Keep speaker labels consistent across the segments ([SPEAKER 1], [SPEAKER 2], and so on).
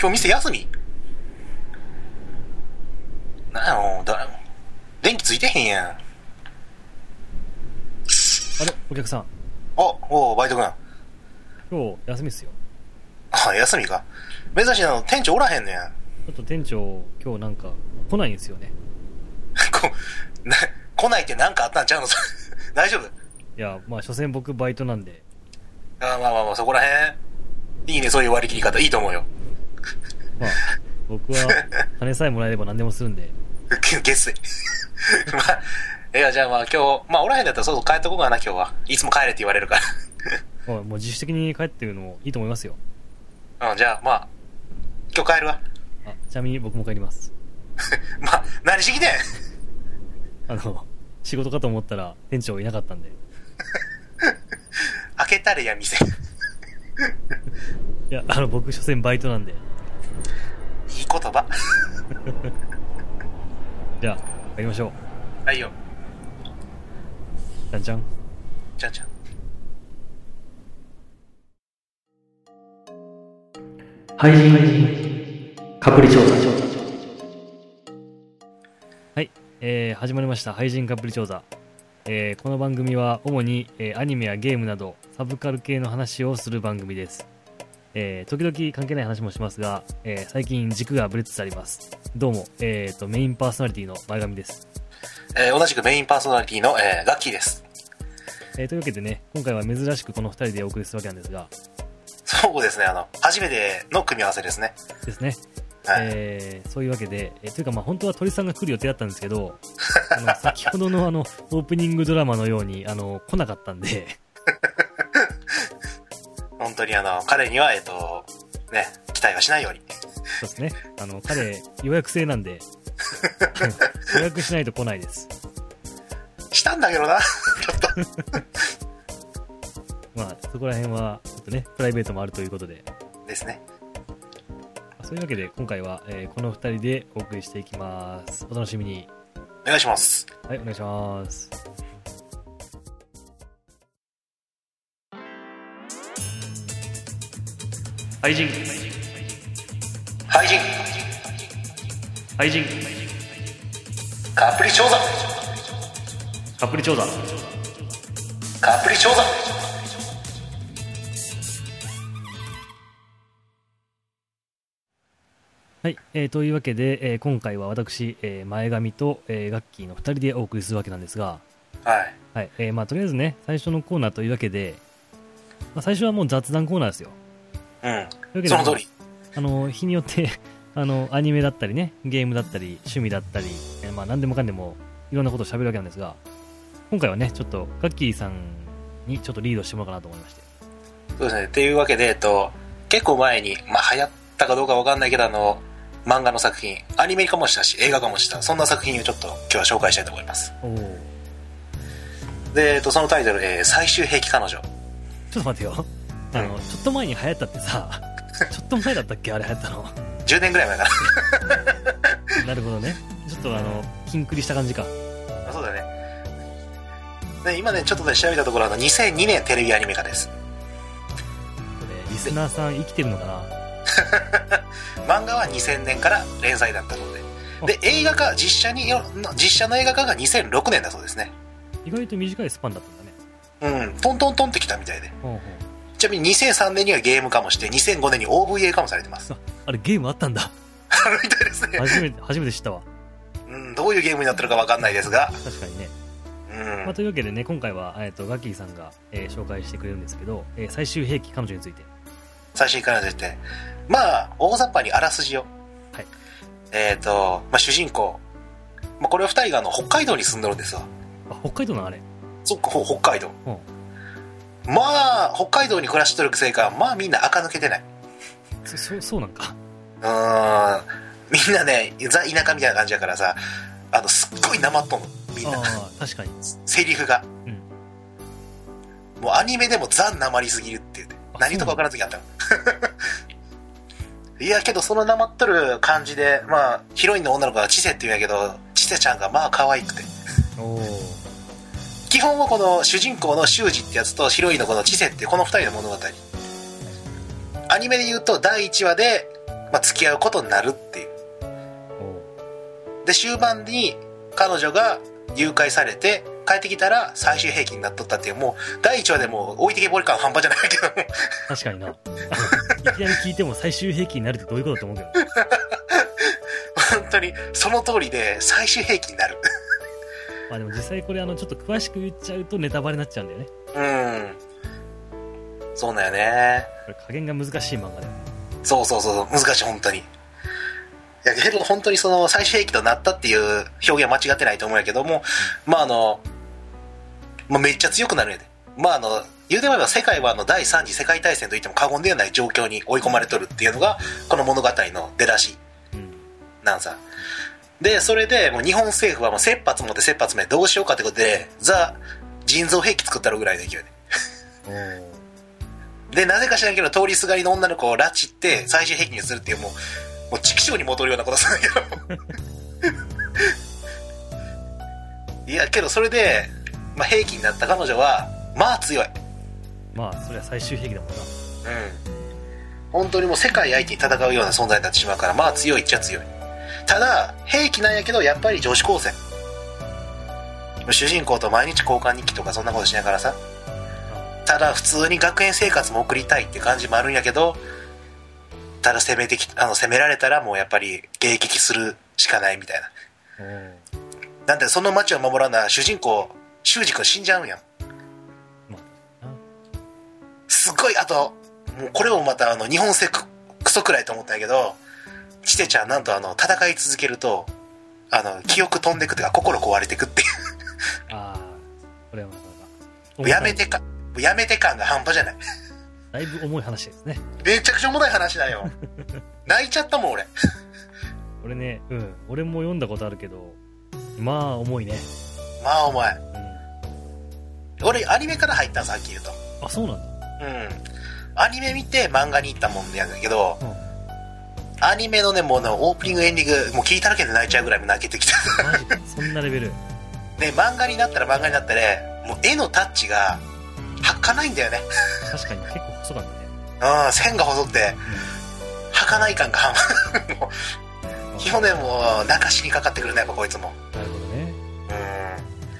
[SPEAKER 1] 今日店休みなんやろ、誰も。電気ついてへんやん。あ、
[SPEAKER 2] あれお客さん、
[SPEAKER 1] おう、バイト君。
[SPEAKER 2] 今日休みっすよ。
[SPEAKER 1] あ、休みか。珍しいなの、店長おらへんねん。
[SPEAKER 2] ちょっと店長、今日なんか来ないんですよね。
[SPEAKER 1] こ、な、来ないってなんかあったんちゃうの 大丈夫
[SPEAKER 2] いや、まあ、所詮僕バイトなんで。
[SPEAKER 1] あまあまあまあ、そこらへん。いいね、そういう割り切り方。いいと思うよ。
[SPEAKER 2] まあ、僕は金さえもらえれば何でもするんで。
[SPEAKER 1] ゲス まあ、いや、じゃあまあ今日、まあおらへんだったらそうそう帰っとこうかな、今日は。いつも帰れって言われるか
[SPEAKER 2] まあ、もう自主的に帰ってるのもいいと思いますよ。
[SPEAKER 1] ら。うん、じゃあまあ、今日帰るわ。
[SPEAKER 2] あ、ちなみに僕も帰ります。
[SPEAKER 1] まあ、何してきてん
[SPEAKER 2] あの、仕事かと思ったら店長いなかったんで。
[SPEAKER 1] 開けたれや、店。
[SPEAKER 2] いや、あの、僕、所詮バイトなんで。
[SPEAKER 1] いい言葉。
[SPEAKER 2] じゃあ、帰りましょう。
[SPEAKER 1] はいよ。
[SPEAKER 2] じゃんじゃん。
[SPEAKER 1] じゃんじゃん。
[SPEAKER 3] 廃人かぶり調査
[SPEAKER 2] はい、えー始まりました「俳人カップル調査」えーこの番組は主に、えーアニメやゲームなどサブカル系の話をする番組です、えー時々関係ない話もしますが、えー最近軸がぶれつつありますどうも、えー、とメインパーソナリティの前髪です、
[SPEAKER 1] えー同じくメインパーソナリティの、えーガッキーです。
[SPEAKER 2] えーというわけでね今回は珍しくこの2人でお送りするわけなんですが
[SPEAKER 1] そうですね、あの、初めての組み合わせですね。
[SPEAKER 2] ですね
[SPEAKER 1] はい。
[SPEAKER 2] えーそういうわけで、えーというか、まあ、本当は鳥さんが来る予定だったんですけど、 あの先ほどのあのオープニングドラマのようにあの来なかったんで、
[SPEAKER 1] 本当にあの、彼には、えっ、と、ね、期待はしないように。
[SPEAKER 2] そうですね。あの、彼、予約制なんで、 予約しないと来ないです。
[SPEAKER 1] したんだけどな。
[SPEAKER 2] まあ、そこら辺は、ちょっとね、プライベートもあるということで。
[SPEAKER 1] ですね。
[SPEAKER 2] そういうわけで、今回は、えーこの二人でお送りしていきます。お楽しみに。
[SPEAKER 1] お願いします。
[SPEAKER 2] はい、お願いします。
[SPEAKER 3] 廃人
[SPEAKER 1] 廃人、
[SPEAKER 3] 廃人
[SPEAKER 1] カプリ調査
[SPEAKER 3] かぶり調査
[SPEAKER 1] カプリ調査
[SPEAKER 2] はい、えーというわけで、えー今回は私、えー前髪と、えーガッキーの二人でお送りするわけなんですが、
[SPEAKER 1] はい。
[SPEAKER 2] はい、えーまあ、とりあえずね、最初のコーナーというわけで、まあ、最初はもう雑談コーナーですよ。
[SPEAKER 1] う
[SPEAKER 2] というわけ
[SPEAKER 1] ん。
[SPEAKER 2] で
[SPEAKER 1] その通り。
[SPEAKER 2] あの日によって あのアニメだったりねゲームだったり趣味だったり、えーまあ、何でもかんでもいろんなことを喋るわけなんですが今回はねちょっとガッキーさんにちょっとリードしてもらおうかなと思いまして
[SPEAKER 1] そうですね。っていうわけで、えっと、結構前に、まあ、流行ったかどうかわかんないけど、あの、漫画の作品、アニメ化もしたし、映画化もした、そんな作品をちょっと今日は紹介したいと思います。
[SPEAKER 2] おおちょ
[SPEAKER 1] で、えっと、そのタイトル、えー最終兵器彼女。
[SPEAKER 2] っと待ってよあの、ちょっと前に流行ったって さちょっと前だったっけあれ流行ったの
[SPEAKER 1] 10年ぐらい前か
[SPEAKER 2] なるほどねちょっとあのキンクリした感じか
[SPEAKER 1] な。 あそうだね。で、今ね、ちょっとね、調べたところ、あの、2002年テレビアニメ化です。
[SPEAKER 2] これリスナーさん生きてるのかな
[SPEAKER 1] 漫画は2000年から連載だったので。で、映画化、実写によ、の実写の映画化が2006年だそうですね。
[SPEAKER 2] 意外と短いスパンだったんだね
[SPEAKER 1] うん、トントントンってきたみたいで。
[SPEAKER 2] ほうほう
[SPEAKER 1] ちなみに2003年にはゲーム化もして、2005年に OVA 化もされてます。
[SPEAKER 2] あれゲームあったん だ
[SPEAKER 1] あるみたいですね。
[SPEAKER 2] 初めて初めて知ったわ
[SPEAKER 1] うん、どういうゲームになってるかわかんないですが。
[SPEAKER 2] 確かにね
[SPEAKER 1] う
[SPEAKER 2] まあ、
[SPEAKER 1] ん。
[SPEAKER 2] というわけでね今回は、えー、とガッキーさんが、えー紹介してくれるんですけど、えー最終兵器彼女について
[SPEAKER 1] 最新から出て。まあ、大雑把にあらすじを。
[SPEAKER 2] はい。
[SPEAKER 1] えっ、と、まあ、主人公。まあ、これは二人があの、北海道に住んでるんですわ。
[SPEAKER 2] あ北海道なのあれ
[SPEAKER 1] そっか、ほう北海道。
[SPEAKER 2] うん
[SPEAKER 1] まあ、北海道に暮らしてるせいか、まあみんな垢抜けてない。
[SPEAKER 2] そそそうなんか
[SPEAKER 1] うーん。みんなね、ザ田舎みたいな感じだからさ、あの、すっごいなまっとんの。みんな。
[SPEAKER 2] ああ確かに
[SPEAKER 1] セリフが、もうアニメでもザ・なまりすぎるって言って
[SPEAKER 2] あ
[SPEAKER 1] 何言うとか分からん時あったの いやけどそのなまっとる感じでまあヒロインの女の子がチセって言うんやけどチセちゃんがまあ可愛くて
[SPEAKER 2] おお
[SPEAKER 1] 基本はこの主人公の修二ってやつとヒロインのこのチセってこの2人の物語アニメで言うと第1話でまあ、付き合うことになるっていう
[SPEAKER 2] おう
[SPEAKER 1] で終盤に彼女が誘拐されて帰ってきたら最終兵器になっとったっていうもう第1話でもう置いてけぼり感半端じゃないけども
[SPEAKER 2] 確 かにないきなり聞いても最終兵器になるってどういうことだと思うけど
[SPEAKER 1] 本当にその通りで最終兵器になる
[SPEAKER 2] まあでも実際これあのちょっと詳しく言っちゃうとネタバレになっちゃうんだよね
[SPEAKER 1] うんそうだよね
[SPEAKER 2] これ加減が難しい漫画だよ
[SPEAKER 1] そうそうそうそう難しい本当にいやけど本当にその最終兵器となったっていう表現は間違ってないと思うんやけどもまああの、まあ、めっちゃ強くなるんやでまああの言うてみれば世界はあの第3次世界大戦といっても過言ではない状況に追い込まれとるっていうのがこの物語の出だし
[SPEAKER 2] うん
[SPEAKER 1] なんさでそれでもう日本政府はもう切羽詰まって切羽詰めてどうしようかってことでザ人造兵器作ったるぐらいの勢いで
[SPEAKER 2] おう
[SPEAKER 1] でなぜか知らんけど通りすがりの女の子を拉致って最終兵器にするっていうもうもう畜生に戻るようなことするんだけどいやけどそれで、まあ、兵器になった彼女はまあ強い
[SPEAKER 2] まあそれは最終兵器だもんな
[SPEAKER 1] うん本当にもう世界相手に戦うような存在になってしまうからまあ強いっちゃ強いただ兵器なんやけどやっぱり女子高生主人公と毎日交換日記とかそんなことしながらさ
[SPEAKER 2] あ
[SPEAKER 1] ただ普通に学園生活も送りたいって感じもあるんやけどただ攻めてきあの攻められたらもうやっぱり迎撃するしかないみたいな
[SPEAKER 2] おう
[SPEAKER 1] なんでその町を守らな主人公修二君死んじゃうんやん
[SPEAKER 2] まあ
[SPEAKER 1] すごいあともうこれもまたあの日本製ククソくらいと思ったんやけどチテちゃんなんとあの戦い続けるとあの記憶飛んでくっていうか心壊れてくってい
[SPEAKER 2] ああこれはまた
[SPEAKER 1] うやめてかやめて感が半端じゃない
[SPEAKER 2] だいぶ重い話ですね
[SPEAKER 1] めちゃくちゃ重たい話だよ泣いちゃったもん俺
[SPEAKER 2] 俺ねうん俺も読んだことあるけどまあ重いね
[SPEAKER 1] まあお前
[SPEAKER 2] うん
[SPEAKER 1] 俺アニメから入ったんさっき言うと
[SPEAKER 2] あそうなんだ
[SPEAKER 1] うんアニメ見て漫画に行ったもんやけど、
[SPEAKER 2] うん
[SPEAKER 1] アニメのねもうねオープニングエンディングもう聞いただけで泣いちゃうぐらい泣けてきた
[SPEAKER 2] マジでそんなレベル
[SPEAKER 1] で漫画になったら漫画になったらもう絵のタッチが儚いんだよね
[SPEAKER 2] 確かに結構細かったね
[SPEAKER 1] うん線が細って儚い感が半 端
[SPEAKER 2] うん
[SPEAKER 1] 基本ねもう泣かしにかかってくるねやっぱこいつも
[SPEAKER 2] なるほどね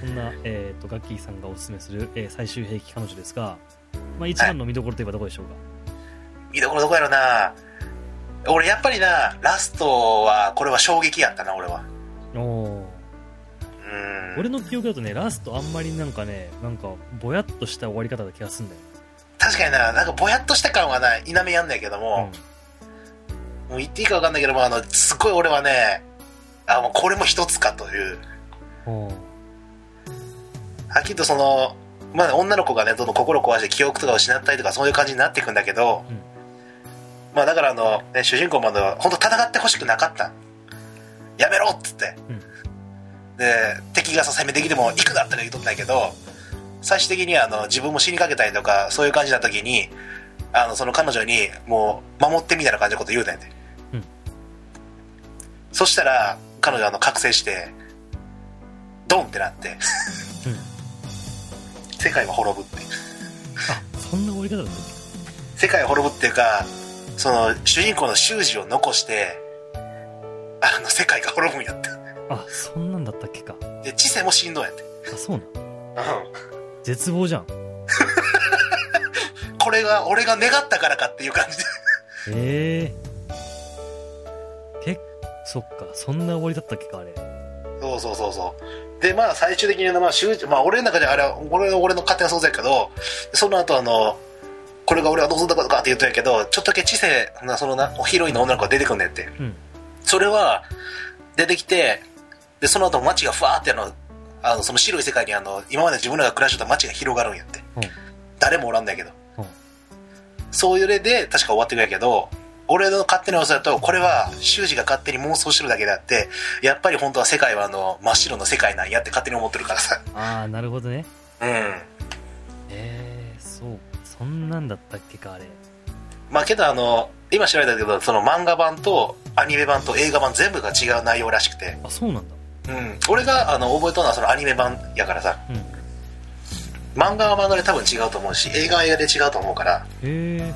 [SPEAKER 1] うん
[SPEAKER 2] そんな、えー、とガッキーさんがおすすめする、えー最終兵器彼女ですが、まあ、一番の見どころといえばどこでしょうか、
[SPEAKER 1] 見どころどこやろな俺やっぱりなラストはこれは衝撃やったな俺は
[SPEAKER 2] お
[SPEAKER 1] うん
[SPEAKER 2] ー俺の記憶だとねラストあんまりなんかねなんかぼやっとした終わり方だ気がすんだよ、
[SPEAKER 1] 確かにな、なんかぼやっとした感はな、否めやんないけども、もう言っていいか分かんないけども、あの、すごい俺はね、あ、もうこれも一つかという、
[SPEAKER 2] うんおー
[SPEAKER 1] はっきりとその、まあ女の子がね、どんどん心壊して記憶とか失ったりとかそういう感じになっていくんだけど、
[SPEAKER 2] うん
[SPEAKER 1] まあだからあの、ね、主人公もあの、本当戦ってほしくなかった。やめろっつって、
[SPEAKER 2] うん
[SPEAKER 1] で、敵がさ、攻めてきても行くなって言っとったんやけど、最終的にあの、自分も死にかけたりとか、そういう感じな時に、あの、その彼女に、もう、守ってみたいな感じのこと言うたんやで。
[SPEAKER 2] うん
[SPEAKER 1] そしたら、彼女あの、覚醒して、ドンってなって、
[SPEAKER 2] うん
[SPEAKER 1] 世界は滅ぶって
[SPEAKER 2] あそんな終わり方だったっ
[SPEAKER 1] 世界は滅ぶっていうかその主人公の修士を残してあの世界が滅ぶんやって
[SPEAKER 2] けあそんなんだったっけか
[SPEAKER 1] で知性も死んどんやって
[SPEAKER 2] あそうなん絶望じゃん
[SPEAKER 1] これが俺が願ったからかっていう感じで
[SPEAKER 2] ええけそっかそんな終わりだったっけかあれ
[SPEAKER 1] そうそうそうそうでまあ最終的に、まあ、修士まあ俺の中であれは俺の俺の勝手な想像やけどその後あのこれが俺は望んだことかって言ったんやけどちょっとだけ知性なそのなヒロインの女の子が出てくんねんって
[SPEAKER 2] うん
[SPEAKER 1] それは出てきてでその後街がふわーってあのあのその白い世界にあの今まで自分らが暮らしてた街が広がるんやって、
[SPEAKER 2] うん
[SPEAKER 1] 誰もおらんだけど、
[SPEAKER 2] うん
[SPEAKER 1] そういう例で確か終わってくるんやけど俺の勝手な予想だとこれは修二が勝手に妄想してるだけであってやっぱり本当は世界はあの真っ白の世界なんやって勝手に思ってるからさ
[SPEAKER 2] ああなるほどね
[SPEAKER 1] うん
[SPEAKER 2] ええそうそんなんだったっけかあれ
[SPEAKER 1] まあけどあの今調べたけどその漫画版とアニメ版と映画版全部が違う内容らしくて、
[SPEAKER 2] あそうなんだ
[SPEAKER 1] うん、俺があの覚えとるのはそのアニメ版やからさ
[SPEAKER 2] うん
[SPEAKER 1] 漫画は漫画で多分違うと思うし映画は映画で違うと思うから
[SPEAKER 2] へえ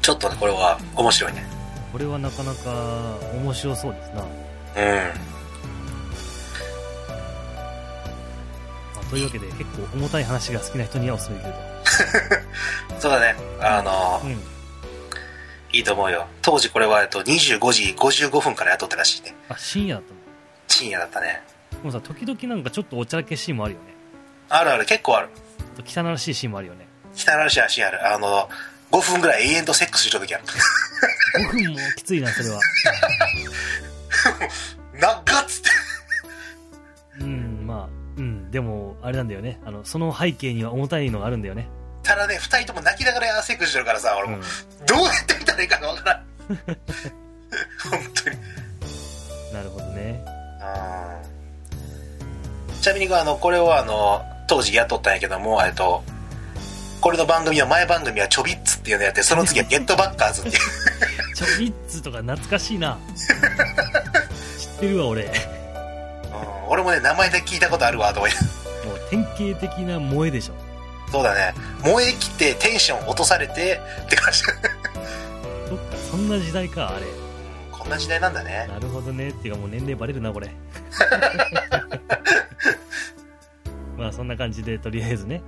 [SPEAKER 1] ちょっとねこれは面白いね
[SPEAKER 2] これはなかなか面白そうですな。
[SPEAKER 1] うん
[SPEAKER 2] まあというわけで、結構重たい話が好きな人にはおすすめできる
[SPEAKER 1] そうだねあ
[SPEAKER 2] と。
[SPEAKER 1] の
[SPEAKER 2] うん。
[SPEAKER 1] いいと思うよ当時これはえっと25時55分からやっとったらしいね
[SPEAKER 2] あ、深夜だったの。
[SPEAKER 1] 深夜だったね
[SPEAKER 2] でもさ、時々なんかちょっとおちゃらけシーンもあるよね。
[SPEAKER 1] あるある結構ある
[SPEAKER 2] ちょっと汚らしいシーンもあるよね。
[SPEAKER 1] 汚らしい話あるあの5分ぐらい永遠とセックスしてる時ある
[SPEAKER 2] 5分もきついな、それは。
[SPEAKER 1] 長っつって
[SPEAKER 2] うん、まあ、うん、でも、あれなんだよね。あの、その背景には重たいのがあるんだよね。
[SPEAKER 1] ただね2人とも泣きながらセックスしてるからさ俺も
[SPEAKER 2] うん。
[SPEAKER 1] どうやって見たらいいかがわからん 本当に
[SPEAKER 2] なるほどね。
[SPEAKER 1] うんちなみにあのこれをあの当時雇ったんやけどもえっとこれの番組の前番組はちょびっつっていうのやってその次はゲットバッカーズっていう
[SPEAKER 2] ちょびっつとか懐かしいな。知ってるわ、俺。
[SPEAKER 1] うん俺もね名前で聞いたことあるわと思い
[SPEAKER 2] もう典型的な萌えでしょ。
[SPEAKER 1] そうだね燃え切ってテンション落とされてって感じ
[SPEAKER 2] そっか、そんな時代か、あれ。
[SPEAKER 1] うんこんな時代なんだね
[SPEAKER 2] なるほどねっていうかもう年齢バレるなこ れまあそんな感じでとりあえずね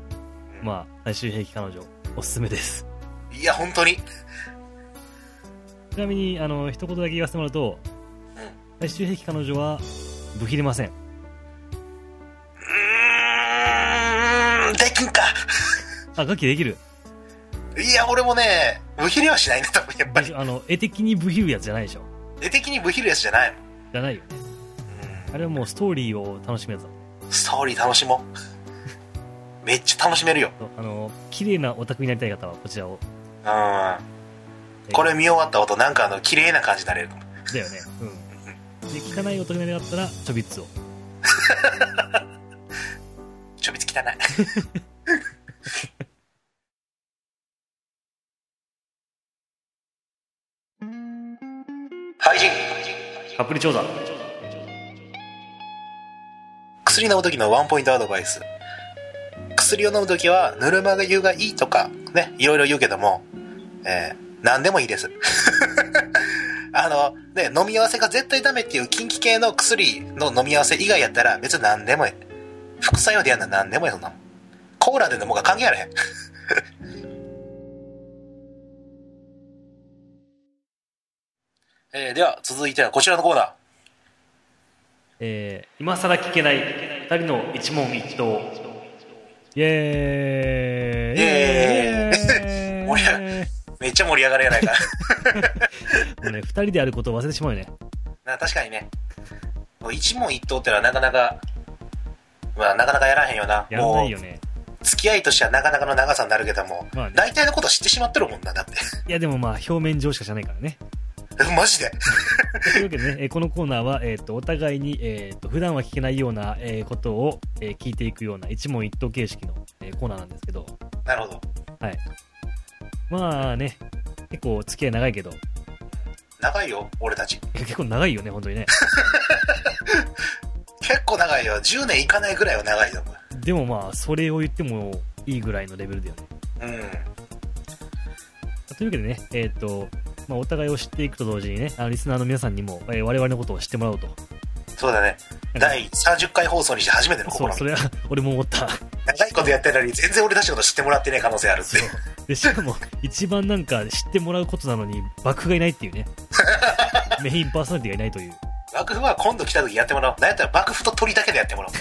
[SPEAKER 2] まあ最終兵器彼女おすすめです
[SPEAKER 1] いや本当に
[SPEAKER 2] ちなみにあの一言だけ言わせてもらうと、
[SPEAKER 1] うん
[SPEAKER 2] 最終兵器彼女はブヒれません
[SPEAKER 1] うーんできんか
[SPEAKER 2] あガキできる
[SPEAKER 1] いや俺もねブヒレはしないね多分やっぱ
[SPEAKER 2] で
[SPEAKER 1] り
[SPEAKER 2] しょあの絵的にブヒるやつじゃないでしょ
[SPEAKER 1] 絵的にブヒレやつじゃないもん
[SPEAKER 2] じゃないよねあれはもうストーリーを楽しむやつだ
[SPEAKER 1] うんストーリー楽しもうめっちゃ楽しめるよ
[SPEAKER 2] そうあの綺麗なオタクになりたい方はこちらを
[SPEAKER 1] うんこれ見終わった後なんかあの綺麗な感じになれると思う
[SPEAKER 2] だよねうんで汚いオタクになりたかったらちょびっつを
[SPEAKER 1] ちょびっと汚い 廃人
[SPEAKER 2] カプリ調査
[SPEAKER 1] 薬飲む時のワンポイントアドバイス薬を飲む時はぬるま湯がいいとかねいろいろ言うけども、えー何でもいいです あのね飲み合わせが絶対ダメっていう近畿系の薬の飲み合わせ以外やったら別に何でもいい副作用でやんなら何でもいいそんなもんコーラで飲もうが関係あらへん えーでは続いてはこちらのコーナー
[SPEAKER 2] えー、今更聞けない二人の一問一答イエー
[SPEAKER 1] イ
[SPEAKER 2] イ
[SPEAKER 1] エ
[SPEAKER 2] イエーイ
[SPEAKER 1] 盛り上めっちゃ盛り上がるやないか
[SPEAKER 2] もうね二人でやることを忘れてしまうよね
[SPEAKER 1] な確かにねもう一問一答ってのはなかなかまあなかなかやらへんよな
[SPEAKER 2] やらない
[SPEAKER 1] も
[SPEAKER 2] よね
[SPEAKER 1] う付き合いとしてはなかなかの長さになるけども、
[SPEAKER 2] まあね
[SPEAKER 1] 大体のこと知ってしまってるもんなだって
[SPEAKER 2] いやでもまあ表面上しかじゃないから ね
[SPEAKER 1] マジで
[SPEAKER 2] というわけでねえーこのコーナーは、えー、とお互いに、えー、と普段は聞けないような、えーことを、えー聞いていくような一問一答形式の、えーコーナーなんですけど
[SPEAKER 1] なるほど
[SPEAKER 2] まあね結構付き合い長いけど
[SPEAKER 1] 長いよ俺たち
[SPEAKER 2] 結構長いよね本当にね
[SPEAKER 1] 結構長いよ10年いかないぐらいは長いと思う
[SPEAKER 2] でもまあそれを言ってもいいぐらいのレベルだよね
[SPEAKER 1] うん
[SPEAKER 2] というわけでね、えーとまあ、お互いを知っていくと同時にね、あのリスナーの皆さんにも、えー我々のことを知ってもらおうと。
[SPEAKER 1] そうだね第30回放送にして初めての試
[SPEAKER 2] そう、そ
[SPEAKER 1] み
[SPEAKER 2] れは俺も思った。
[SPEAKER 1] 長いことやってるのに全然俺たちのこと知ってもらってねえ可能性あるって
[SPEAKER 2] そうでしかも、一番なんか知ってもらうことなのに、幕府がいないってい うね、メインパーソナリティがいないという、
[SPEAKER 1] 幕府は今度来た時やってもらおうなんやったら幕府と鳥だけでやってもらおう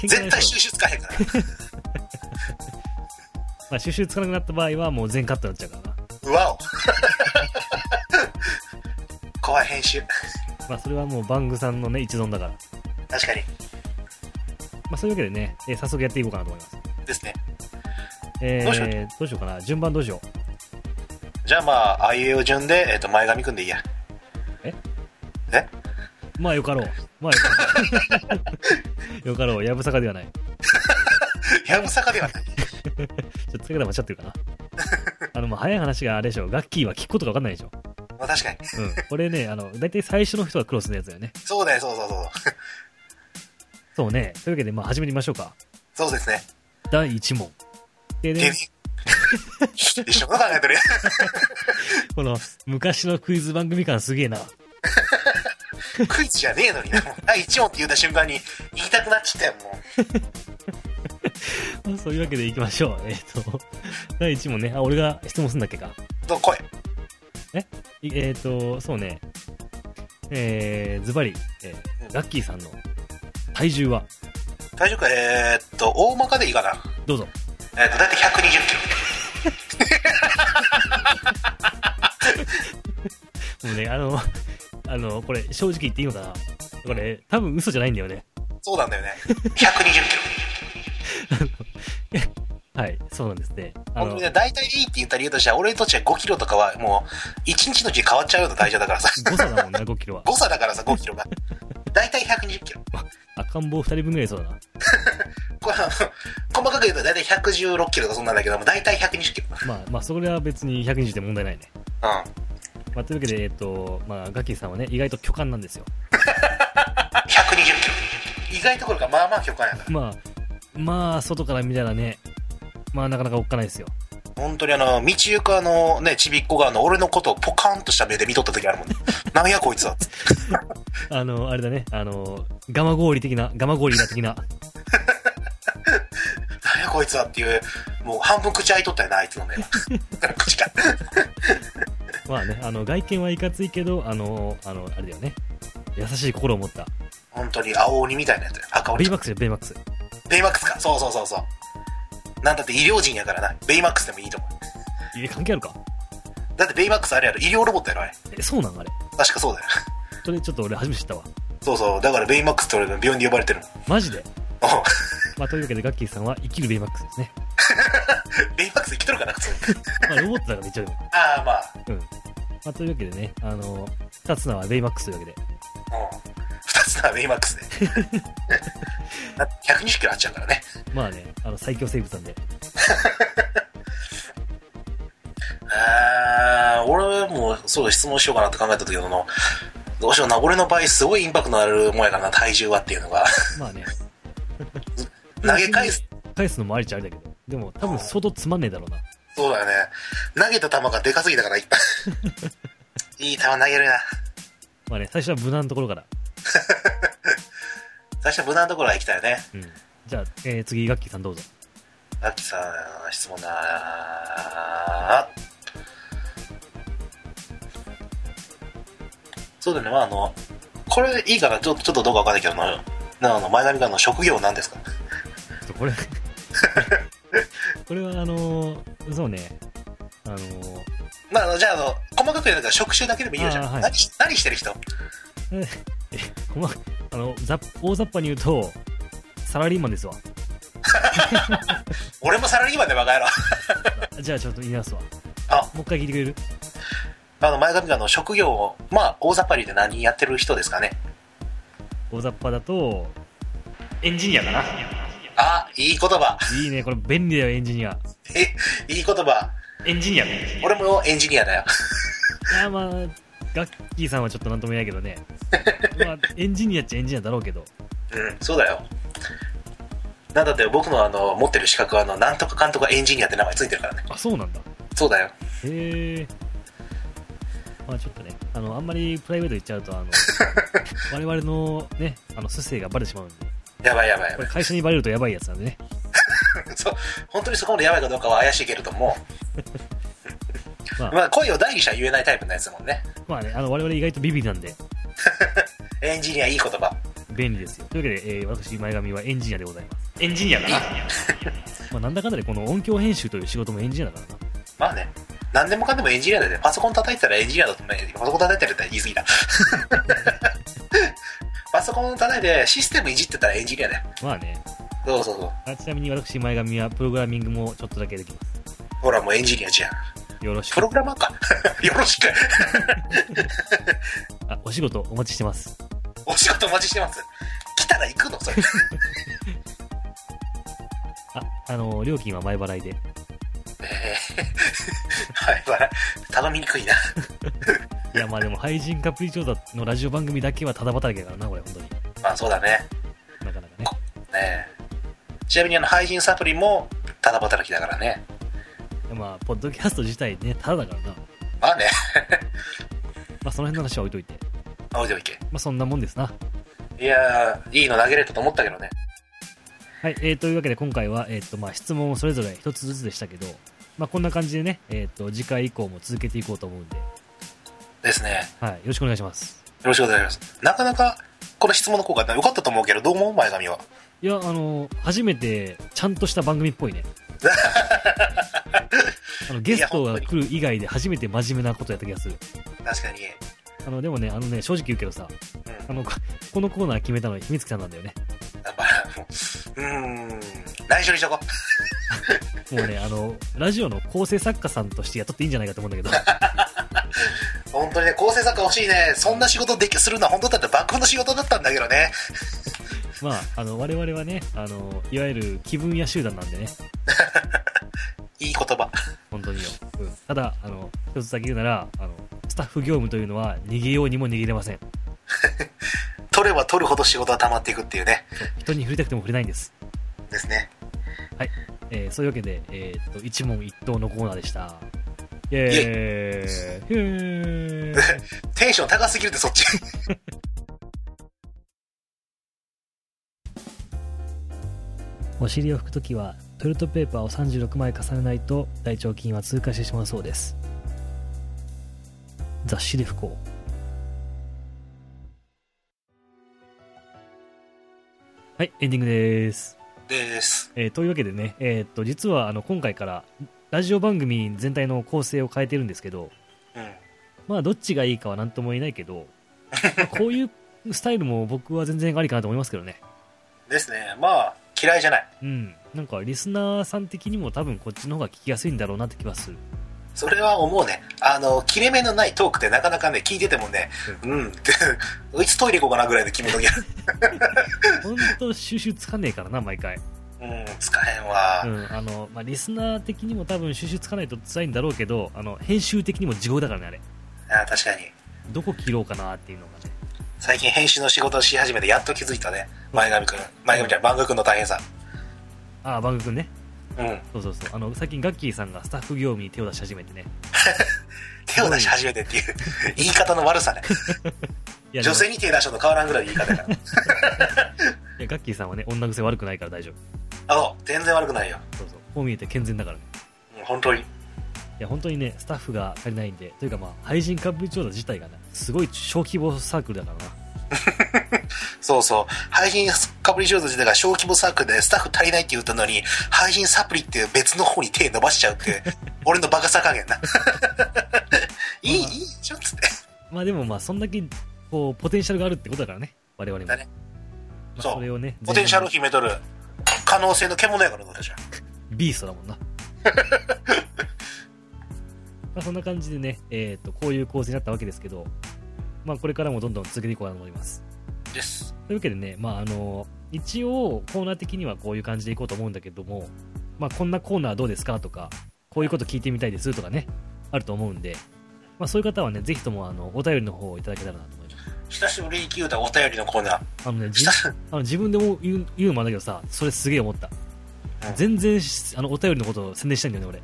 [SPEAKER 2] 喧嘩
[SPEAKER 1] 絶
[SPEAKER 2] にな
[SPEAKER 1] 対
[SPEAKER 2] りそう
[SPEAKER 1] 収集つかへんから
[SPEAKER 2] まあ、収集つかなくなった場合は、もう全カットになっちゃうからな。
[SPEAKER 1] うわお怖い編集
[SPEAKER 2] まあ、それはもうバングさんのね、一存だから。ま
[SPEAKER 1] 確かに
[SPEAKER 2] あ、そういうわけでね、えー早速やっていこうかなと思います。
[SPEAKER 1] ですね
[SPEAKER 2] えー、
[SPEAKER 1] どうしよ
[SPEAKER 2] どうしようかな、順番どうしよう。
[SPEAKER 1] じゃあまああいうえお順で、えっと前髪組んでいい や
[SPEAKER 2] まあ、よかろう。まあ、よかろう。よ かろう、やぶさかではない。
[SPEAKER 1] やぶさかで はない
[SPEAKER 2] ちょっと付け方間違ってるかな。あの、まあ、早い話があれでしょ。ガッキーは聞くことが分かんないでしょ。
[SPEAKER 1] まあ確かに
[SPEAKER 2] うん。これね、あの、大体最初の人がクロスのやつだよね。
[SPEAKER 1] そうだよそうそうそう
[SPEAKER 2] そうね。というわけで、まあ、始めてみましょうか。
[SPEAKER 1] そうですね
[SPEAKER 2] 第1問。で
[SPEAKER 1] て
[SPEAKER 2] ね
[SPEAKER 1] ん、一緒のこと考えてる やん。
[SPEAKER 2] この昔のクイズ番組感すげえな。
[SPEAKER 1] クイズじゃねえの にな。もう第1問って言った瞬間に言いたくなっちゃったよ、も
[SPEAKER 2] まあそういうわけでいきましょう。 えっ、と、第1問ね。あ、俺が質問するんだっけか。
[SPEAKER 1] う。どう、声。
[SPEAKER 2] いえっ、と、そうね。えー、ズバリ、え
[SPEAKER 1] うん
[SPEAKER 2] ー、ラッキーさんの体重は、
[SPEAKER 1] 大丈夫かえーっと、大まかでいいかな。
[SPEAKER 2] どうぞ。
[SPEAKER 1] えーっと、だいたい120キロ。
[SPEAKER 2] もうね、あの、 あの、これ、正直言っていいのかなこれ、多分嘘じゃないんだよね。
[SPEAKER 1] そうなんだよね。120キロ。
[SPEAKER 2] はい、そうなんですね。あ
[SPEAKER 1] 本当
[SPEAKER 2] の
[SPEAKER 1] に、ね、大体いいって言った理由としては、俺にとっては5キロとかはもう、1日のうちに変わっちゃうような体重だからさ。
[SPEAKER 2] 誤差だもんな、5キロは。
[SPEAKER 1] 誤差だからさ、5キロが。大体120キロ。
[SPEAKER 2] 赤ん坊2人分ぐらいそうだな。
[SPEAKER 1] これあの細かく言うと大体116キロとかそんなんだけども、大体120キロ。
[SPEAKER 2] まあ、まあ、それは別に120で問題ないね。
[SPEAKER 1] うん。
[SPEAKER 2] まあ、というわけで、えっ、と、まあ、ガキさんはね、意外と巨漢なんですよ。
[SPEAKER 1] 120キロ。意外ところがまあまあ極端やから。
[SPEAKER 2] まあ、まあ、外から見たらね、まあ、なかなかおっかないですよ。
[SPEAKER 1] 本当にあの、道行くあの、ね、ちびっ子があの、俺のことをポカーンとした目で見とった時あるもんね。 なんやこいつはっつって。
[SPEAKER 2] あの、あれだね、あの、ガマゴーリ的な、ガマゴーリラ的な、
[SPEAKER 1] なんやこいつはっていう、もう半分口開いとったよな、あいつの目が。 口が。
[SPEAKER 2] まあね、あの、外見はいかついけど、あの、あの、あれだよね、優しい心を持った、
[SPEAKER 1] 本当に青鬼みたいなやつや赤
[SPEAKER 2] ベ
[SPEAKER 1] 鬼
[SPEAKER 2] イ。マックスよ、ベイマックス。
[SPEAKER 1] ベイマックスか。そうそうそうそう。なんだって医療人やからな。ベイマックスでもいいと思う。
[SPEAKER 2] え、関係あるか
[SPEAKER 1] だってベイマックスあれやろ。医療ロボットやろ、あれ。
[SPEAKER 2] え、そうなんあれ。
[SPEAKER 1] 確かそうだよ。
[SPEAKER 2] それちょっと俺初めて知ったわ。そう
[SPEAKER 1] そう。だからベイマックスって俺の病院で呼ばれてるの。
[SPEAKER 2] マジで。
[SPEAKER 1] おう
[SPEAKER 2] まあ、というわけで、ガッキーさんは生きるベイマックスですね。
[SPEAKER 1] ベイマックス生きとるかな、普通に。
[SPEAKER 2] まあ、ロボットだから一応でも。
[SPEAKER 1] ああ、まあ。
[SPEAKER 2] まあ、というわけでね、あの、二つ名はベイマックスというわけで。
[SPEAKER 1] うん。二つなベイマックスで。 だって120キロあっちゃうからね。
[SPEAKER 2] まあね、あの、最強生物なんで。
[SPEAKER 1] あー俺もそう質問しようかなって考えた時ののどうしような俺の場合すごいインパクトのあるもんやからな体重はっていうのが
[SPEAKER 2] まあね。
[SPEAKER 1] 投げ返す。
[SPEAKER 2] 返すのもありっちゃあれだけど。でも、多分相当つまんねえだろうな。
[SPEAKER 1] そうだよね投げた球がでかすぎたからいっぱ いいい球投げるな
[SPEAKER 2] まあね、最初は無難なところから。
[SPEAKER 1] 最初は無難なところが行きたいよね
[SPEAKER 2] うん。じゃあ、えー、次、ガッキーさんどうぞ。
[SPEAKER 1] アキさん質問だそうだねまああのこれいいかなちょちょっとどうかわかんないけどななあの前髪がの職業なんですか
[SPEAKER 2] ちょっ とこれこれはあのーそうねあのー
[SPEAKER 1] まああの、じゃあ、あの、細かく言うのが職種だけでもいいよじゃん。
[SPEAKER 2] あーはい
[SPEAKER 1] 何し何してる人
[SPEAKER 2] 細かあのざ大雑把に言うとサラリーマンですわ
[SPEAKER 1] 俺もサラリーマンでバカ野郎。
[SPEAKER 2] あ じゃあちょっと言い直すわ
[SPEAKER 1] あ
[SPEAKER 2] もう一回聞いてくれる
[SPEAKER 1] あの、前髪があの職業を、まあ、大雑把にで何やってる人ですかね。
[SPEAKER 2] 大雑把だとエンジニアかな
[SPEAKER 1] あ、いい言葉。
[SPEAKER 2] いいねこれ便利だよエンジニア
[SPEAKER 1] え、 いい言葉。
[SPEAKER 2] エンジニアね
[SPEAKER 1] 俺もエンジニアだよ。
[SPEAKER 2] いやまあガッキーさんはちょっとなんとも言えないけど ねまあエンジニアっちゃエンジニアだろうけど
[SPEAKER 1] うん、そうだよ。なんだって僕のあの、持ってる資格は、あの、なんとか監督がエンジニアって名前ついてるからね。
[SPEAKER 2] あそうなんだ
[SPEAKER 1] そうだよ。
[SPEAKER 2] へえまあちょっとねあのあんまりプライベート言っちゃうとあ の我々のねあの素性がバレてしまうんで
[SPEAKER 1] やばいやばいや
[SPEAKER 2] こ
[SPEAKER 1] ば
[SPEAKER 2] れ
[SPEAKER 1] い。
[SPEAKER 2] 会社にバレるとやばいやつなんでね
[SPEAKER 1] そう、本当にそこまでやばいかどうかは怪しいけれども。
[SPEAKER 2] まあ
[SPEAKER 1] まあ、声を代理者は言えないタイプのやつだもんね。
[SPEAKER 2] まあねあの我々意外とビビりなんで
[SPEAKER 1] エンジニアいい言葉。
[SPEAKER 2] 便利ですよというわけで、えー私前髪はエンジニアでございますエンジニアだな まあなんだかんだでこの音響編集という仕事もエンジニアだからな
[SPEAKER 1] まあね、何でもかんでもエンジニアだね。パソコン叩いてたらエンジニアだと思うねパソコン叩いてるって言い過ぎだ。パソコン叩いてシステムいじってたらエンジニアだよ。
[SPEAKER 2] まあね
[SPEAKER 1] そうそうそう。
[SPEAKER 2] あちなみに私前髪はプログラミングもちょっとだけできま
[SPEAKER 1] ほらもうエンジニアじゃん。
[SPEAKER 2] すよろし
[SPEAKER 1] プ
[SPEAKER 2] く
[SPEAKER 1] ログラマーか。 よろしく。
[SPEAKER 2] あお仕事お待ちしてます
[SPEAKER 1] お仕事お待ちしてます。来たら行くのそれ。
[SPEAKER 2] ああの料金は前払いで
[SPEAKER 1] えー はい、笑い頼みにくいな。
[SPEAKER 2] いやまあでも廃人カプリチョーザのラジオ番組だけはただ働きだからなこれ本当に
[SPEAKER 1] まあそうだね。
[SPEAKER 2] なかなかね
[SPEAKER 1] ねえちなみにあの、廃人サプリも、ただ働きだからね。
[SPEAKER 2] まあ、ポッドキャスト自体ね、ただだからな。ま
[SPEAKER 1] まあね、
[SPEAKER 2] あ、その辺の話は置いといて。
[SPEAKER 1] あ置いておいけ。
[SPEAKER 2] まあ、そんなもんですな。
[SPEAKER 1] いやー、いいの投げれたと思ったけどね。
[SPEAKER 2] はい、えー、というわけで今回は、えーとまあ、質問をそれぞれ一つずつでしたけど、まあ、こんな感じでね、えー、と次回以降も続けていこうと思うんで、
[SPEAKER 1] ですね。よ
[SPEAKER 2] はい、よろしくお願いします
[SPEAKER 1] ろしくお願いします。なかなか、この質問の効果、良かったと思うけど、どう思う前髪は。
[SPEAKER 2] いやあの初めてちゃんとした番組っぽいねあのゲストが来る以外で初めて真面目なことやった気がする
[SPEAKER 1] 確かに。
[SPEAKER 2] あのでもねあのね正直言うけどさ
[SPEAKER 1] うん。
[SPEAKER 2] あのここのコーナー決めたのは秘密さんなんだよね
[SPEAKER 1] やっぱ、 もう、うーん、内緒にしとこう。
[SPEAKER 2] もうねあのラジオの構成作家さんとして雇っていいんじゃないかと思うんだけど
[SPEAKER 1] 本当にね、構成作家欲しいね。そんな仕事できするのは本当だってバックの仕事だったんだけどね。
[SPEAKER 2] まああの我々はねあのいわゆる気分や集団なんでね
[SPEAKER 1] いい言葉。
[SPEAKER 2] 本当によ、うん、ただあの一つだけ言うならあのスタッフ業務というのは逃げようにも逃げれません
[SPEAKER 1] 取れば取るほど仕事は溜まっていくっていうね。
[SPEAKER 2] そう人に触れたくても触れないんです、
[SPEAKER 1] ですね。
[SPEAKER 2] えーそういうわけで、えーっと一問一答のコーナーでしたイェーイヒュー
[SPEAKER 1] テンション高すぎるってそっち。
[SPEAKER 2] お尻を拭くときはトイレットペーパーを36枚重ねないと大腸菌は通過してしまうそうです雑誌で拭こうはいエンディングです
[SPEAKER 1] です。
[SPEAKER 2] えーというわけでね、えーっと実はあの今回からラジオ番組全体の構成を変えてるんですけど、
[SPEAKER 1] うん。
[SPEAKER 2] まあ、どっちがいいかは何とも言えないけど、まあこういうスタイルも僕は全然ありかなと思いますけどね、
[SPEAKER 1] ですね。まあ、嫌いじゃない。
[SPEAKER 2] うん、なんかリスナーさん的にも多分こっちの方が聞きやすいんだろうなって気はする、
[SPEAKER 1] それは思うね。あの、切れ目のないトークってなかなかね、聞いててもね、うん、 って、いつトイレ行こうかなぐらいで決めときゃ。
[SPEAKER 2] ほんと収集つかねえからな、毎回、
[SPEAKER 1] うん、使えんわ。
[SPEAKER 2] うんあのまあ、リスナー的にも多分収集つかないと辛いんだろうけど、あの編集的にも地獄だからね、あれ、
[SPEAKER 1] あ確かに。
[SPEAKER 2] どこ切ろうかなっていうのがね、
[SPEAKER 1] 最近編集の仕事をし始めてやっと気づいたね。前髪くん。前髪じゃん、番組くんの大変さ。
[SPEAKER 2] ああ、番組くんね、
[SPEAKER 1] うん。
[SPEAKER 2] そうそうそうあの最近ガッキーさんがスタッフ業務に手を出し始めてね
[SPEAKER 1] 手を出し始めて っていう言い方の悪さね。
[SPEAKER 2] いや
[SPEAKER 1] 女性に手出したのと変わらんぐらいの言い方 やから。
[SPEAKER 2] いやガッキーさんはね女癖悪くないから大丈
[SPEAKER 1] あ、全然悪くないよ。
[SPEAKER 2] 夫そうそうこう見えて健全だからね
[SPEAKER 1] うん、本当に。
[SPEAKER 2] いや本当にねスタッフが足りないんでというかまあ廃人株部長だ自体がねすごい小規模サークルだからな
[SPEAKER 1] そうそう。廃品かぶり上手自体が小規模サークルでスタッフ足りないって言ったのに、廃品サプリっていう別の方に手伸ばしちゃう っていう、俺のバカさ加減な。いい、いいちょっつって。
[SPEAKER 2] まあでもまあそんだけこうポテンシャルがあるってことだからね我々も
[SPEAKER 1] だね
[SPEAKER 2] まあ、
[SPEAKER 1] そう
[SPEAKER 2] それをね
[SPEAKER 1] ポテンシャルを
[SPEAKER 2] 全
[SPEAKER 1] 秘めとる可能性の獣やからどうでしょ
[SPEAKER 2] 員ビーストだもんな まあそんな感じでね、えー、とこういう構成になったわけですけど、まあ、これからもどんどん続けていこうかなと思います
[SPEAKER 1] う。です。
[SPEAKER 2] というわけでね、まあ、あの一応コーナー的にはこういう感じでいこうと思うんだけども、まあ、こんなコーナーどうですかとかこういうこと聞いてみたいですとかねあると思うんで、まあ、そういう方はねぜひともあのお便りの方をいただけたらなと思います
[SPEAKER 1] 久しぶりに聞いたお便りのコーナー。
[SPEAKER 2] あのねじ
[SPEAKER 1] 久しぶり。
[SPEAKER 2] あの自分でも言う言うのもあるんだけどさそれすげえ思った
[SPEAKER 1] うん
[SPEAKER 2] 全然しあのお便りのことを宣伝したいんだよね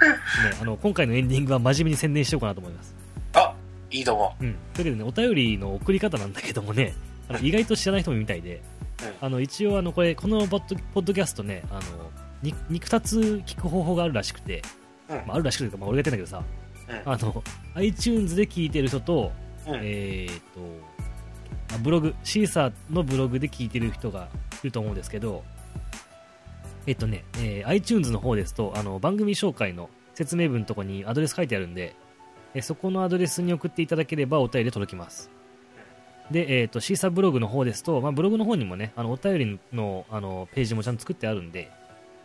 [SPEAKER 2] 俺ねあの今回のエンディングは真面目に宣伝しようかなと思います
[SPEAKER 1] あ、いいと思
[SPEAKER 2] うん、というわけでね、お便りの送り方なんだけどもね、あの意外と知らない人もいるみたいで、
[SPEAKER 1] う
[SPEAKER 2] あの一応あのこれ、このポッドポッドキャストね、あのに肉2つ聞く方法があるらしくて、
[SPEAKER 1] うん
[SPEAKER 2] まあ、あるらしくてというか、まあ、俺が言ってんだけど
[SPEAKER 1] う
[SPEAKER 2] さ、あの iTunes で聞いてる人と、
[SPEAKER 1] う。うん。
[SPEAKER 2] えー、とあブログシーサーのブログで聞いてる人がいると思うんですけどえっとね、えー iTunes の方ですとあの番組紹介の説明文のとこにアドレス書いてあるんで、えーそこのアドレスに送っていただければお便りで届きますで、えー、とシーサーブログの方ですと、まあ、ブログの方にもねあのお便りのあのページもちゃんと作ってあるんで、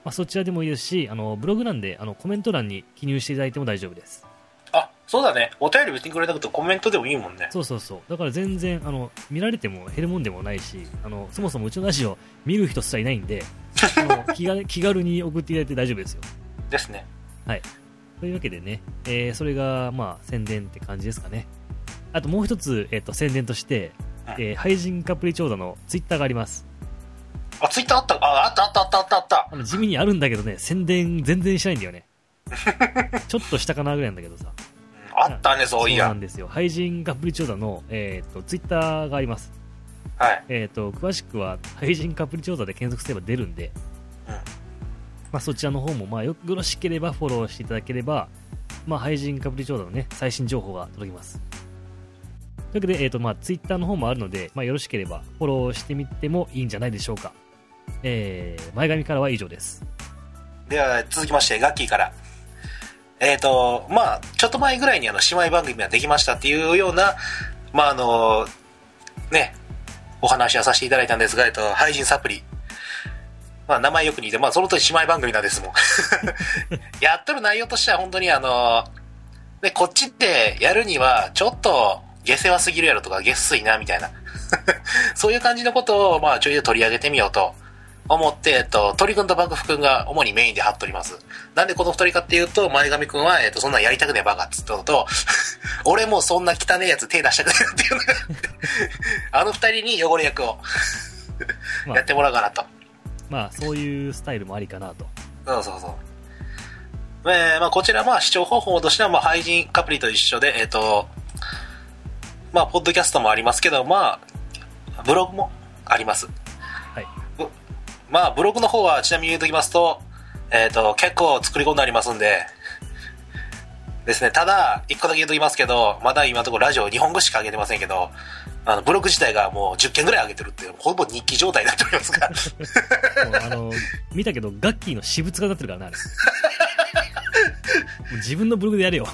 [SPEAKER 2] まあ、そちらでもいいですしあのブログなんであのコメント欄に記入していただいても大丈夫です
[SPEAKER 1] あ、そうだね。お便り別にくれなくてコメントでもいいもんね。
[SPEAKER 2] そうそうそうだから全然あの見られても減るもんでもないしあのそもそもうちのラジオ見る人すらいないんであ の気が気軽に送っていただいて大丈夫ですよ
[SPEAKER 1] ですね。
[SPEAKER 2] というわけでね、えーそれがまあ宣伝って感じですかねあともう一つ、えっと宣伝として、えー、廃人カプリ調査のツイッターがあります
[SPEAKER 1] あ、ツイッターあった、あ、あったあったあったあったあった。
[SPEAKER 2] あの地味にあるんだけどね、宣伝全然しないんだよね。 ちょっとしたかなぐらいなんだけどさ。
[SPEAKER 1] うんあったね、そうい
[SPEAKER 2] そうな
[SPEAKER 1] や
[SPEAKER 2] ん。ですよ。俳人カップリ調査の、えっ、と、ツイッターがあります。
[SPEAKER 1] はい。
[SPEAKER 2] えっ、と、詳しくは、俳人カップリ調査で検索すれば出るんで、
[SPEAKER 1] うん
[SPEAKER 2] まあ、そちらの方も、まあ、よよろしければフォローしていただければ、まあ、俳人カップリ調査のね、最新情報が届きます。というわけで、えっ、と、まあ、ツイッターの方もあるので、まあ、よろしければフォローしてみてもいいんじゃないでしょうか。えー、前髪からは以上です。
[SPEAKER 1] では、続きまして、ガッキーから。えっ、と、まあ、ちょっと前ぐらいにあの、姉妹番組ができましたっていうような、まあ、あの、ね、お話はさせていただいたんですが、えっと、配信サプリ。まあ、名前よく似て、まあ、その通り姉妹番組なんですもん。 やっとる内容としては、本当にあの、ね、こっちってやるには、ちょっと、下世話すぎるやろとか、下水な、みたいな。 そういう感じのことを、まあ、ちょいで取り上げてみようと。思って、えっと、鳥くんとバグフくんが主にメインで張っております。なんでこの二人かっていうと、前髪くんは、えっと、そんなんやりたくねえバカっつったのと、 俺もうそんな汚えやつ手出したくねえっていうのがあって、あの二人に汚れ役を
[SPEAKER 2] まあ
[SPEAKER 1] やってもらおうかなと。
[SPEAKER 2] まあ、そういうスタイルもありかなと。
[SPEAKER 1] そうそうそう。えーまあ、こちら、まあ、視聴方法としては、まあ、配信カプリと一緒で、えっ、と、まあ、ポッドキャストもありますけど、まあ、ブログもあります。
[SPEAKER 2] はい。
[SPEAKER 1] ぶまあ、ブログの方は、ちなみに言うときますと、えっ、と、結構作り込んでありますんで、ですね、ただ、一個だけ言うときますけど、まだ今のところラジオ日本語しか上げてませんけど、あの、ブログ自体がもう10件ぐらい上げてるっていう、ほぼ日記状態になっておりますが、
[SPEAKER 2] もうあの、見たけど、ガッキーの私物が立ってるからな、あれ。もう自分のブログでやれよ。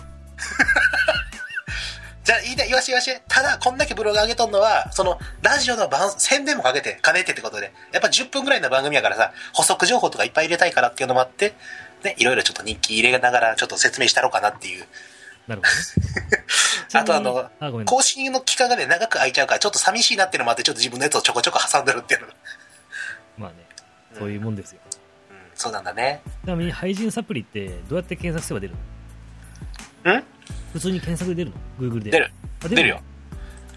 [SPEAKER 1] じゃあ、言いたい、言わして言わして。ただ、こんだけブログ上げとんのは、その、ラジオの番、宣伝もかけて、兼ねてってことで、やっぱ10分ぐらいの番組やからさ、補足情報とかいっぱい入れたいからっていうのもあって、ね、いろいろちょっと日記入れながら、ちょっと説明したろうかなっていう。
[SPEAKER 2] なるほ どね。
[SPEAKER 1] あとあの
[SPEAKER 2] あ、ごめん、
[SPEAKER 1] 更新の期間がね、長く空いちゃうから、ちょっと寂しいなっていうのもあって、ちょっと自分のやつをちょこちょこ挟んでるっていうの。
[SPEAKER 2] まあね、そういうもんですよ。
[SPEAKER 1] うん、そうなんだね。
[SPEAKER 2] ちなみに、配信サプリってどうやって検索すれば出るの
[SPEAKER 1] ん
[SPEAKER 2] 普通に検索で出るの ?Google で。
[SPEAKER 1] 出る。
[SPEAKER 2] あ
[SPEAKER 1] 出るよ。。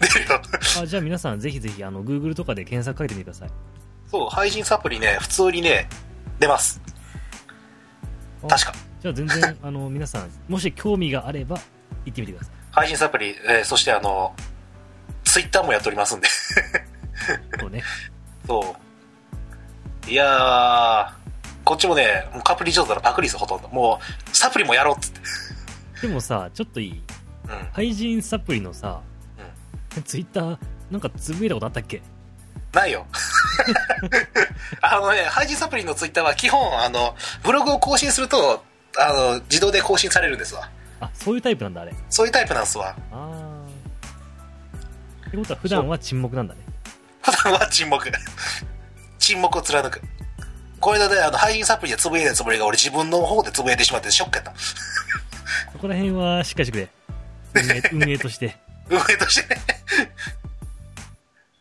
[SPEAKER 1] 出るよ。
[SPEAKER 2] あじゃあ皆さん、ぜひぜひ、あの、Google とかで検索かけてみてください。
[SPEAKER 1] そう、配信サプリね、普通にね、出ます。
[SPEAKER 2] あ
[SPEAKER 1] 確か。
[SPEAKER 2] じゃあ全 然、あの、皆さん、もし興味があれば、行ってみてください。
[SPEAKER 1] 配信サプリ、えーそしてあの、ツイッターもやっておりますんで。
[SPEAKER 2] そうね。
[SPEAKER 1] そう。いやー、こっちもね、もうカプリ上手のパクリです、ほとんど。もう、サプリもやろうっつって。
[SPEAKER 2] でもさ、ちょっといい
[SPEAKER 1] うん。
[SPEAKER 2] 配信サプリのさ、ツイッターなんかつぶやいたことあったっけ
[SPEAKER 1] ないよ。 あのね、配信サプリのツイッターは基本、あの、ブログを更新すると、あの、自動で更新されるんですわ。
[SPEAKER 2] あそういうタイプなんだあれ
[SPEAKER 1] そういうタイプなんですわ。
[SPEAKER 2] あーってことは普段は沈黙なんだね
[SPEAKER 1] 普段は沈黙。沈黙を貫く。これだね、あの、配信サプリでつぶやいたつもりが俺自分の方でつぶやいてしまってショックやった。
[SPEAKER 2] そこら辺はしっかりしてくれ運営運営と して
[SPEAKER 1] 運営としてね。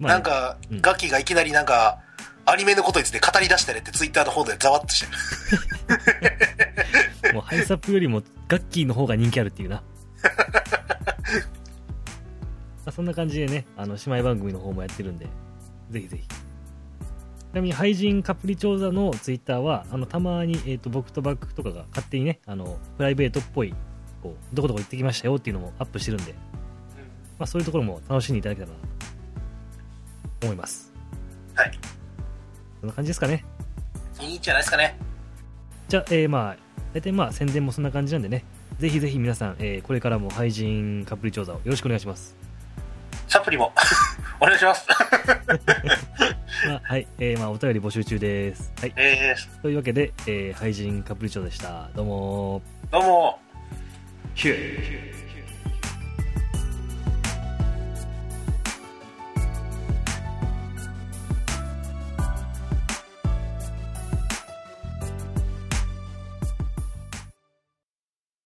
[SPEAKER 2] まあ
[SPEAKER 1] な
[SPEAKER 2] ね、
[SPEAKER 1] んか、
[SPEAKER 2] うん
[SPEAKER 1] ガキがいきなりなんか、アニメのことについて語り出したねってツイッターの方でざわっとしてる。
[SPEAKER 2] もうハイサップよりもガッキーの方が人気あるっ ていうなまあそんな感じでねあの姉妹番組の方もやってるんでぜひぜひちなみに俳人カプリ調査のツイッターはあのたまに、えー、と僕とバックとかが勝手にねあのプライベートっぽいこうどこどこ行ってきましたよっていうのもアップしてるんで、まあ、そういうところも楽しんでいただけたらなと思います
[SPEAKER 1] はい
[SPEAKER 2] そんな感じですかね
[SPEAKER 1] いいんじゃないですかね。
[SPEAKER 2] じゃあ、えーまあ、大体まあ宣伝もそんな感じなんでね、ぜひぜひ皆さん、えーこれからも廃人カップリ調査をよろしくお願いします。
[SPEAKER 1] サプリ も、お願いします。
[SPEAKER 2] まあ、はい、えーまあ、お便り募集中です。はい、
[SPEAKER 1] え
[SPEAKER 2] というわけで、えー、廃人カップリ調査でした。どうもー
[SPEAKER 1] ー、どうも。
[SPEAKER 3] ヒュー